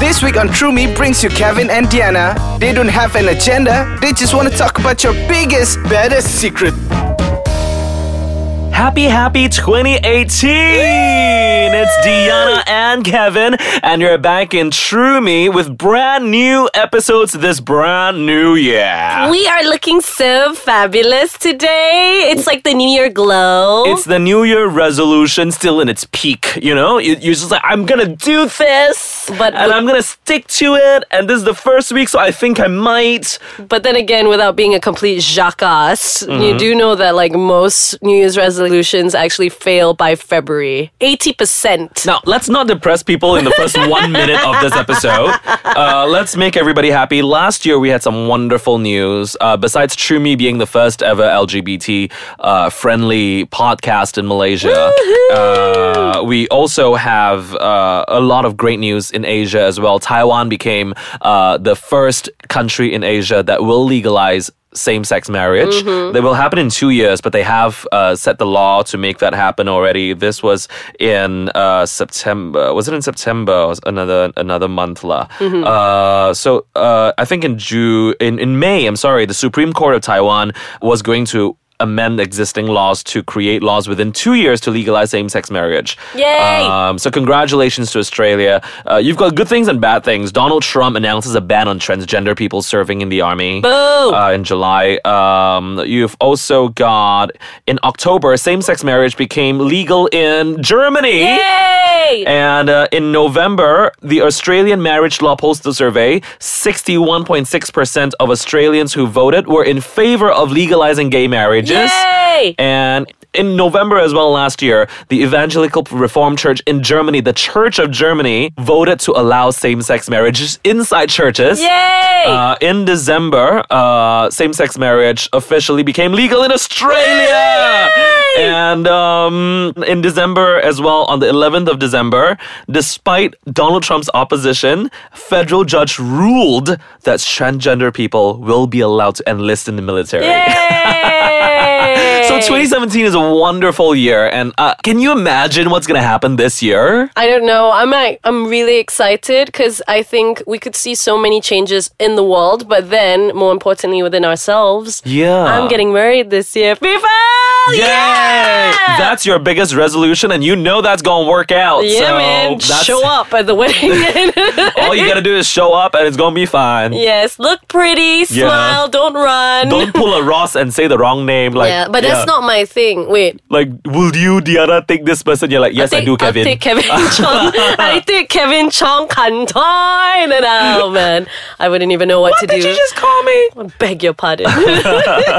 This week on True Me brings you Kevin and Diana. They don't have an agenda, they just want to talk about your biggest, baddest secret. Happy, happy 2018! It's Diana and Kevin, and you're back in True Me with brand new episodes this brand new year. We are looking so fabulous today. It's like the New Year glow. It's the New Year resolution still in its peak, you know? You- You're just like, I'm gonna do this, But- and I'm gonna stick to it, and this is the first week, so I think I might. but then again, without being a complete jackass, Mm-hmm. you do know that like most New Year's resolutions actually fail by February. 80%. Now, let's not depress people in the first one minute of this episode. Uh, let's make everybody happy. Last year, we had some wonderful news. Uh, besides True Me being the first ever LGBT uh, friendly podcast in Malaysia, uh, we also have uh, a lot of great news in Asia as well. Taiwan became uh, the first country in Asia that will legalize same sex marriage. Mm-hmm. They will happen in two years, but they have uh, set the law to make that happen already. This was in uh, September. Was it in September? Or was another another month lah. Mm-hmm. Uh, so uh, I think in June, in in May. I'm sorry. The Supreme Court of Taiwan was going to. Amend existing laws to create laws within two years to legalize same sex marriage. Yay! Um, so, congratulations to Australia. Uh, you've got good things and bad things. Donald Trump announces a ban on transgender people serving in the army Boo! uh, in July. Um, you've also got in October, same sex marriage became legal in Germany. Yay! And uh, in November, the Australian Marriage Law Postal Survey 61.6% of Australians who voted were in favor of legalizing gay marriages. Yay! And in November as well last year, the Evangelical Reformed Church in Germany, the Church of Germany, voted to allow same sex marriages inside churches. Yay! Uh, in December, uh, same sex marriage officially became legal in Australia. And um, in December as well, on the 11th of December, despite Donald Trump's opposition, federal judge ruled that transgender people will be allowed to enlist in the military. Yay! So 2017 is a wonderful year, and uh, can you imagine what's going to happen this year? I don't know. I'm like, I'm really excited because I think we could see so many changes in the world, but then more importantly within ourselves. Yeah. I'm getting married this year, people. Ah. Yay! Yeah, That's your biggest resolution, and you know that's gonna work out. yeah, so man. That's, Show up at the wedding. all you gotta do is show up, and it's gonna be fine. yes, look pretty, Yeah. smile, don't run. Don't pull a Ross and say the wrong name. Like, yeah, but that's not my thing. Wait, Like, will you, Diana, take this person? You're like, yes, I, take, do, Kevin. I'll take Kevin Chong. I take Kevin Chong Kantoy. And oh man, I wouldn't even know what, to do. Did you just call me? beg your pardon.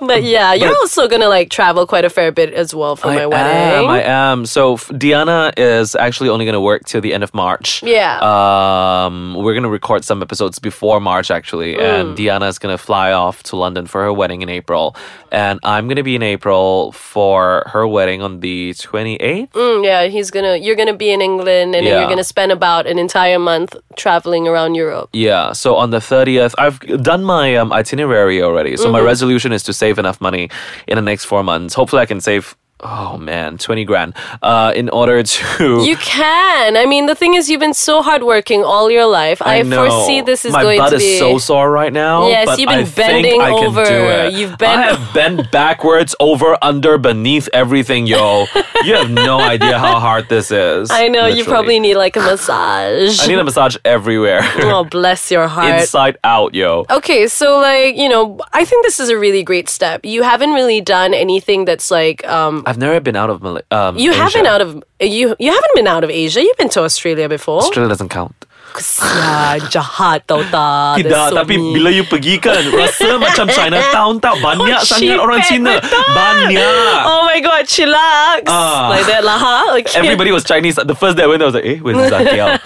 but yeah, you're also gonna like travel quite a fair bit as well for my wedding. Am, I am. So f- Diana is actually only going to work till the end of March. Yeah. Um, we're going to record some episodes before March Mm. actually, and Diana is going to fly off to London for her wedding in April, and I'm going to be in April for her wedding on the 28th. Mm, yeah, he's gonna. You're gonna be in England, and then Yeah. you're gonna spend about an entire month traveling around Europe. Yeah. So on the 30th, I've done my um, itinerary already. So my Mm-hmm. resolution is to save enough money in the next four months. Hopefully, I can save. Oh man, twenty grand. Uh, in order to You can. I mean, the thing is, you've been so hardworking all your life. I, know. foresee this is My going butt to be. is so sore right now. Yes, but you've I been think bending I can do over. it. You've bent- I have bent backwards, over, under, beneath everything, yo. you have no idea how hard this is. I know you literally. probably need like a massage. I need a massage everywhere, oh, bless your heart. inside out, yo. Okay, so like, you know, I think this is a really great step. You haven't really done anything that's like um I've never been out of Mal- um. You have been Asia. out of you. You haven't been out of Asia. You've been to Australia before. Australia doesn't count. Kesian, jahat tau tak. Tidak, That's so tapi mean. bila you pergi kan, rasa macam Chinatown tak banyak Oh, sangat orang shit, Cina. betul. Banyak. Oh my god, chillax. Ah. like that lah, huh? Okay. Everybody was Chinese. The first day I went, I was like, eh, where's Zakiao?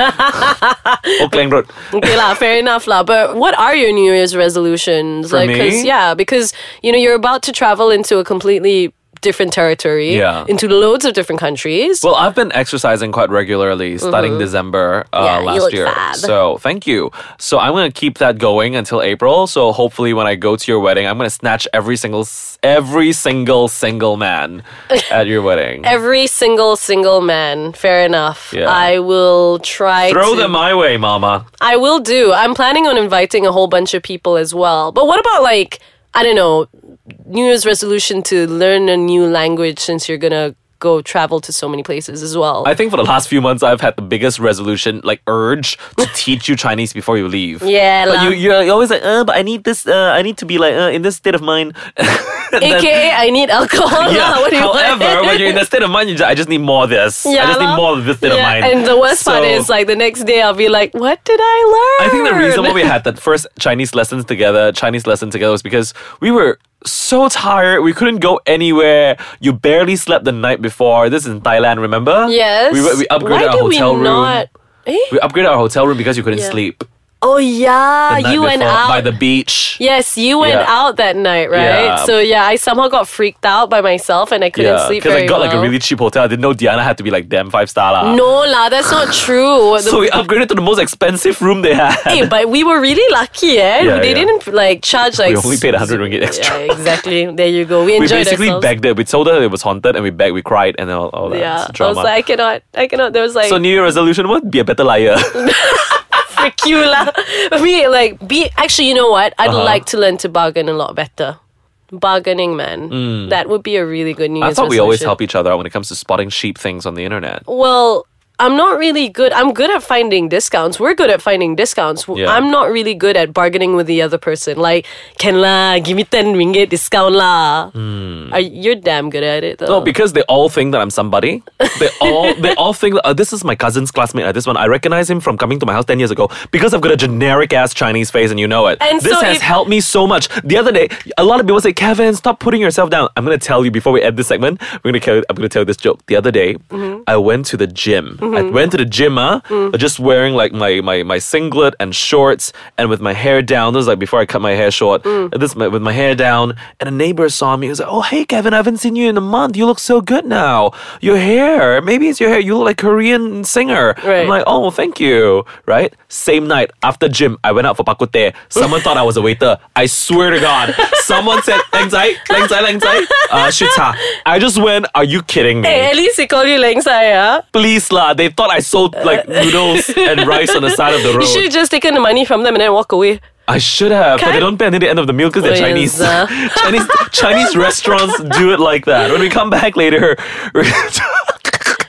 Auckland Road. okay lah, fair enough lah. But what are your New Year's resolutions? For like, 'cause- me? yeah, because you know you're about to travel into a completely different territory, Yeah. into loads of different countries. Well, I've been exercising quite regularly starting December uh, Mm-hmm. Yeah, you last look year. fab. So thank you. So I'm gonna keep that going until April. So hopefully, when I go to your wedding, I'm gonna snatch every single s- every single single man at your wedding. Every single single man, fair enough. Yeah. I will try Throw to, them my way, Mama. I will do. I'm planning on inviting a whole bunch of people as well. But what about like I don't know, New Year's resolution to learn a new language since you're gonna go travel to so many places as well. I think for the last few months, I've had the biggest resolution, like urge, to teach you Chinese before you leave. Yeah, but lah. you you're always like, uh, but I need this. Uh, I need to be like uh, in this state of mind. And then- AKA, I need alcohol. Yeah. what do you However, want? when you're in that state of mind, you just, I just need more of this. I just lah. need more of this state of Yeah, mind. And the worst So- part is like the next day I'll be like, what did I I learn? think the reason why we had that first Chinese lessons together, Chinese lesson together, was because we were so tired. We couldn't go anywhere. You barely slept the night before. This is in Thailand, remember? yes. We, were- we upgraded why our did hotel we room. Not, eh? We upgraded our hotel room because you couldn't Yeah. sleep. Oh yeah, the night you went before out by the beach. Yes, you went Yeah. out that night, right? Yeah. So yeah, I somehow got freaked out by myself and I couldn't sleep because very I got well. like a really cheap hotel. I didn't know Diana had to be like damn five star lah. no la, that's not true. The- So we upgraded to the most expensive room they had. Hey, but we were really lucky, eh? Yeah, yeah. they didn't like charge like. we only paid 100 ringgit Yeah, extra. exactly. There you go. We we enjoyed basically ourselves. begged it. We told her it was haunted, and we begged. We cried, and all, all that yeah, I was drama. like, I cannot, I cannot. There was like, so New Year resolution would be a better liar. frick you lah. Me like, be actually, you know what? I'd Uh-huh. like to learn to bargain a lot better. Bargaining, man. That would be a really good news. Mm. I thought we always help each other out when it comes to spotting cheap things on the internet. Well, I'm not really good. I'm good at finding discounts. We're good at finding discounts. W- Yeah. I'm not really good at bargaining with the other person. Like, can la, give me 10 ringgit discount la. Hmm. Are, you're damn good at it though. No, because they all think that I'm somebody. They all they all think that, uh, this is my cousin's classmate. Uh, this one I recognize him from coming to my house ten years ago because I've got a generic ass Chinese face, and you know it. And this so has if- helped me so much. The other day, a lot of people say, "Kevin, stop putting yourself down." I'm gonna tell you before we end this segment. We're gonna tell, I'm gonna tell you this joke. The other day, I went to the gym. I went to the gym, uh, just wearing like my, my my singlet and shorts, and with my hair down. This is like before I cut my hair short. And This my- with my hair down, and a neighbor saw me. He was like, "Oh, hey, Kevin, I haven't seen you in a month. You look so good now. Your hair, maybe it's your hair. You look like Korean singer." I'm Right. like, "Oh, thank you." Right. Same night after gym, I went out for pakute. Someone thought I was a waiter. I swear to God, someone said, "Lang zai, lang zai, lang zai." Uh, shi cha. I just went. Are you kidding me? Hey, at least they call you Lang Sai, ah. Please lah. They thought I sold like noodles and rice on the side of the Uh, You should road. have just taken the money from them and then walk away. I should have, but Can- they don't pay until the end of the meal because they're Please, Chinese. uh. Chinese Chinese restaurants do it like that. When we come back later, we're gonna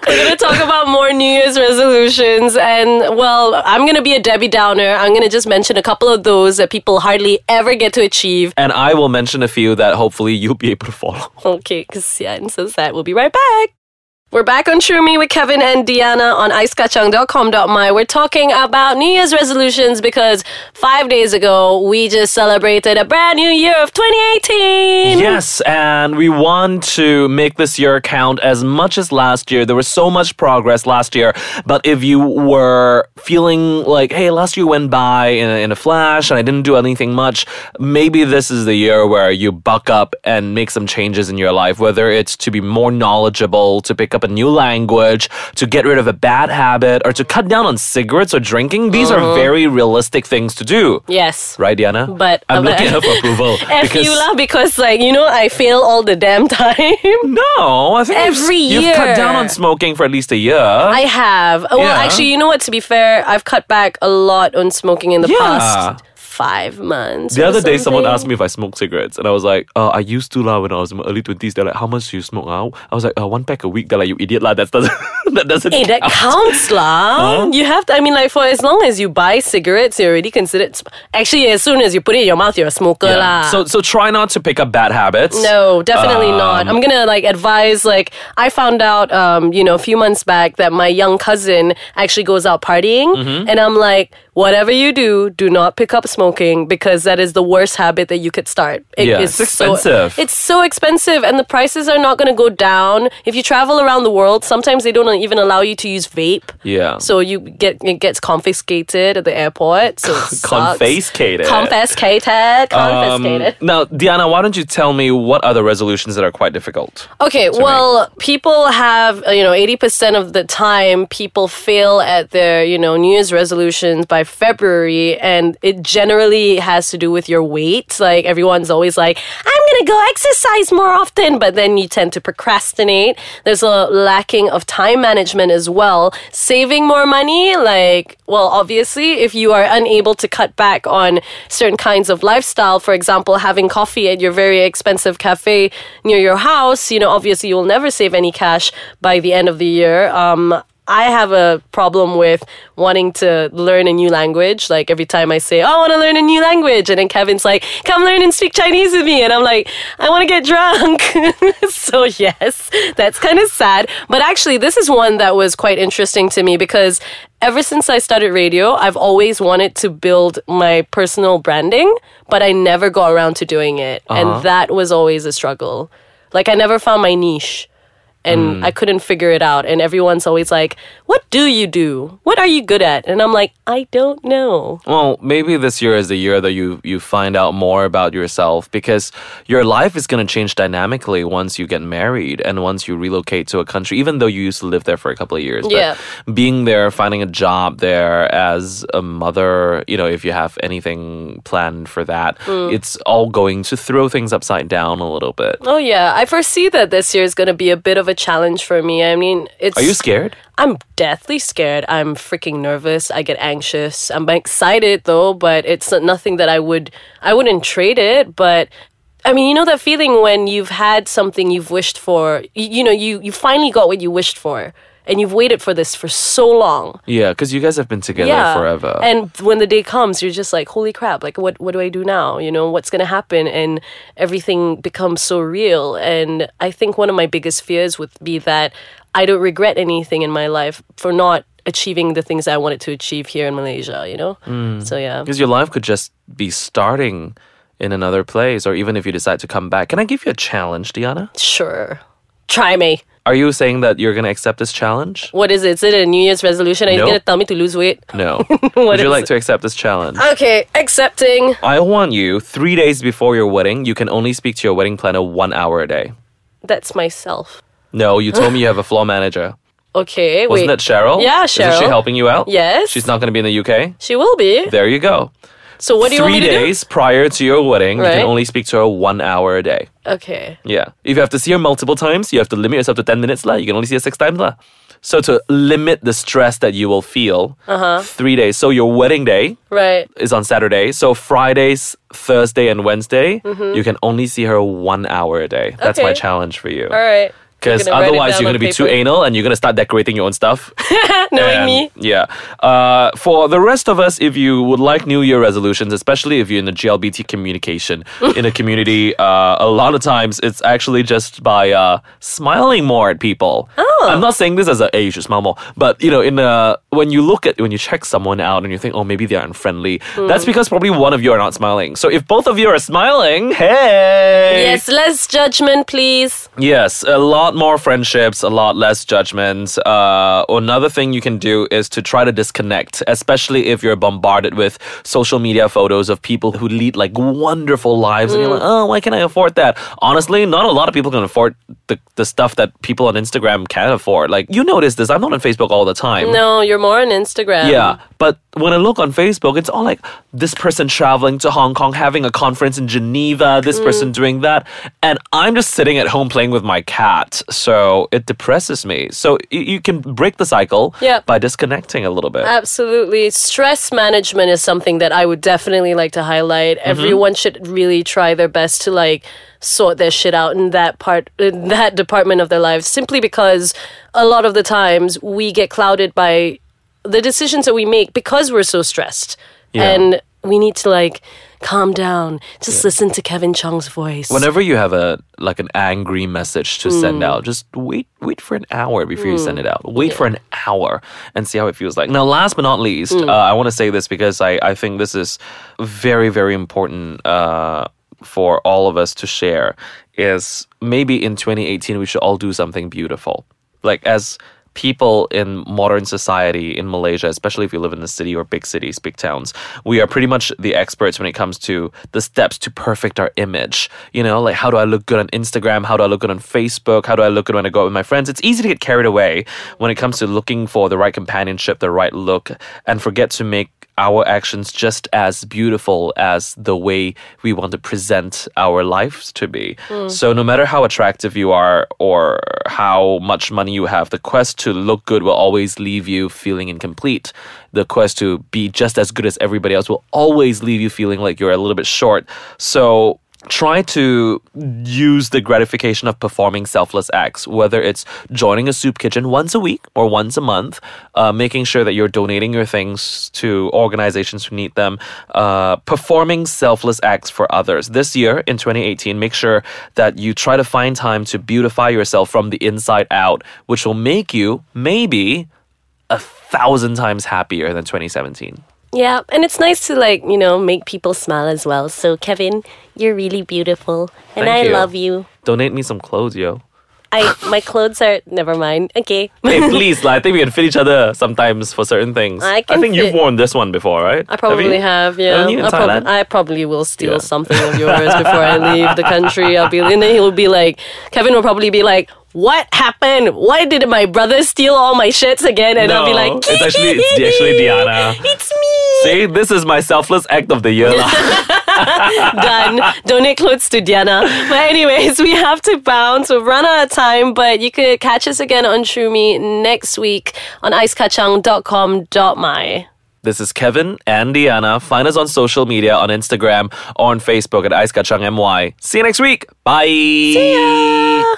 We're going to talk about more New Year's resolutions. And, well, I'm going to be a Debbie Downer. I'm going to just mention a couple of those that people hardly ever get to achieve. and I will mention a few that hopefully you'll be able to follow. Okay, because yeah, and so that we'll be right back. We're back on True Me with Kevin and Deanna on icekachang.com.my. We're talking about New Year's resolutions because five days ago we just celebrated a brand new year of 2018. Yes, and we want to make this year count as much as last year. There was so much progress last year, but if you were feeling like, hey, last year went by in a, in a flash and I didn't do anything much, maybe this is the year where you buck up and make some changes in your life, whether it's to be more knowledgeable, to pick up a new language, to get rid of a bad habit, or to cut down on cigarettes or drinking. These Uh-huh. are very realistic things to do. Yes. Right, Diana? But- uh, I'm but- looking at her for approval. F you lah, because like, you know, I fail all the damn time. No, I think you've- Every you've, cut down year. on smoking for at least a year. I have. Well, Yeah. actually, you know what? To be fair, I've cut back a lot on smoking in the Yeah. past five months. the or other day, someone something. asked me if I smoked cigarettes, and I was like, uh, "I used to lah when I was in my early twenties. They're like, "How much do you smoke now?" I was like, uh, "One pack a week." They're like, "You idiot lah, that doesn't that doesn't." Hey, that count." counts, lah. You have to. I mean, like for as long as you buy cigarettes, you're already considered. Sm- Actually, as soon as you put it in your mouth, you're a smoker, Yeah. lah. So so try not to pick up bad habits. Um, no, definitely not. I'm gonna like advise. Like I found out, Mm-hmm. um, you know, a few months back that my young cousin actually goes out partying, and I'm like, whatever you do, do not pick up smoking because that is the worst habit that you could start. It Yeah, is it's expensive. So, it's so expensive, and the prices are not going to go down. If you travel around the world, sometimes they don't even allow you to use vape. Yeah. So you get it gets confiscated at the airport. So it sucks. Confiscated. Confiscated. Um, Confiscated. now, Diana, why don't you tell me what are the resolutions that are quite difficult? Okay, well, people have, uh, you know, 80% of the time people fail at their, you know, New Year's resolutions by February. And it generally has to do with your weight. Like, everyone's always like, I'm going to go exercise more often. But then you tend to procrastinate. There's a lacking of time management as well. Saving more money, like, well, obviously, if you are unable to cut back on certain kinds of lifestyle, for example, having coffee at your very expensive cafe near your house, you know, obviously you'll never save any cash by the end of the year. Um, I have a problem with wanting to learn a new language. Like every time I say, oh, I want to learn a new language. And then Kevin's like, come learn and speak Chinese with me. And I'm like, I want to get drunk. so, yes, that's kind of sad. But actually, this is one that was quite interesting to me because ever since I started radio, I've always wanted to build my personal branding, but I never got around to doing it. And that was always a struggle. Like, I never found my niche and I couldn't figure it out. And everyone's always like, What do you do? What are you good at? And I'm like, I don't know. Well, maybe this year is the year that you you find out more about yourself because your life is going to change dynamically once you get married and once you relocate to a country. Even though you used to live there for a couple of years, Yeah. but being there, finding a job there as a mother, you know, if you have anything planned for that, it's all going to throw things upside down a little bit. Oh, yeah. I foresee that this year is going to be a bit of a challenge for me. I mean, it's. Are you scared? I'm deathly scared. I'm freaking nervous. I get anxious. I'm excited though, but it's not- nothing that I would I wouldn't trade it, but I mean, you know that feeling when you've had something you've wished for. You, you know, you you finally got what you wished for and you've waited for this for so long. Yeah, because you guys have been together forever. And when the day comes, you're just like, holy crap, like what what do I do now? You know, what's gonna happen? And everything becomes so real. And I think one of my biggest fears would be that I don't regret anything in my life for not achieving the things I wanted to achieve here in Malaysia, you know? Hmm. So yeah. Because your life could just be starting in another place, or even if you decide to come back. Can I give you a challenge, Diana? Sure. Try me. Are you saying that you're going to accept this challenge? What is it? Is it a New Year's resolution? Are you Nope. gonna tell me to lose weight? No. What Would you is like it? to accept this challenge? Okay, accepting. I want you three days before your wedding, you can only speak to your wedding planner one hour a day. That's myself. No, you told me you have a floor manager. Okay, Wasn't wait. that Cheryl? Yeah, Isn't she Cheryl. helping you out? Yes. She's not going to be in the UK? she will be. There you go. So what do you Three want me to do? days prior to your wedding, you Right. can only speak to her one hour a day. Okay. Yeah. If you have to see her multiple times, you have to limit yourself to 10 minutes. La. You can only see her six times. La. So, to limit the stress that you will feel, Uh-huh. three days. So, your wedding day Right. is on Saturday. So, Fridays, Thursday, and Wednesday, you can only see her one hour a day. That's my Mm-hmm. Okay. challenge for you. All right. Because You're gonna write it otherwise, down you're going on to be too paper. anal and you're going to start decorating your own stuff. Knowing And, me. Yeah. Uh, for the rest of us, if you would like New Year resolutions, especially if you're in the GLBT communication in a community, uh, a lot of times it's actually just by uh, smiling more at people. Oh. I'm not saying this as a hey, you should smile more, but you know, in a, when you look at when you check someone out and you think, oh, maybe they're unfriendly, that's Mm. because probably one of you are not smiling. So if both of you are smiling, hey, Yes, less judgment, please. Yes, a lot more friendships, a lot less judgments. Uh, another thing you can do is to try to disconnect, especially if you're bombarded with social media photos of people who lead like wonderful lives, and you're like, oh, why can't I afford that? Honestly, not a lot of people can afford the, the stuff that people on Instagram can afford. Like, you notice this. I'm not on Facebook all the time. No, you're more on Instagram. Yeah, but when I look on Facebook, it's all like this person traveling to Hong Kong, having a conference in Geneva, this person doing that. And I'm just sitting at home playing with my cat. So it depresses me. So y- you can break the cycle Yep. by disconnecting a little bit. Absolutely. Stress management is something that I would definitely like to highlight. Mm-hmm. Everyone should really try their best to like sort their shit out in that part in that department of their lives simply because a lot of the times we get clouded by the decisions that we make because we're so stressed. Yeah. And we need to like calm down. Just listen to Kevin Chong's voice. Whenever you have a like an angry message to send out, just wait wait for an hour before you send it out. Wait for an hour and see how it feels like. Now, last but not least, uh, I want to say this because I I think this is very very important uh, for all of us to share. Is maybe in 2018 we should all do something beautiful, like as people in modern society in Malaysia, especially if you live in the city or big cities, big towns, we are pretty much the experts when it comes to the steps to perfect our image. You know, like how do I look good on Instagram? How do I look good on Facebook? How do I look good when I go out with my friends? It's easy to get carried away when it comes to looking for the right companionship, the right look, and forget to make our actions just as beautiful as the way we want to present our lives to be. So, no matter how attractive you are or how much money you have, the quest to look good will always leave you feeling incomplete. The quest to be just as good as everybody else will always leave you feeling like you're a little bit short. So, try to use the gratification of performing selfless acts, whether it's joining a soup kitchen once a week or once a month, uh, making sure that you're donating your things to organizations who need them, uh, performing selfless acts for others. This year in 2018, make sure that you try to find time to beautify yourself from the inside out, which will make you maybe a thousand times happier than 2017. yeah, and it's nice to like, you know, make people smile as well. So Kevin, you're really beautiful and Thank I you. love you. Donate me some clothes, yo. I my clothes are never mind. Okay. hey, please, like, I think we can fit each other sometimes for certain things. I can think you've fit- worn this one before, right? I probably have, yeah. Haven't you in I, prob- Thailand? I probably will steal Yeah. something of yours before I leave the country. I'll be, and then he'll be like, Kevin will probably be like, "What happened? Why did my brother steal all my shirts again?" And I'll be No, like, it's actually- it's actually Diana. It's me. See, this is my selfless act of the year. lah. Done. Donate clothes to Diana. But anyways, we have to bounce. We've run out of time, but you could catch us again on Trumi next week on icekachang.com.my. this is Kevin and Diana. Find us on social media on Instagram or on Facebook at Ice Kachang MY. See you next week. Bye.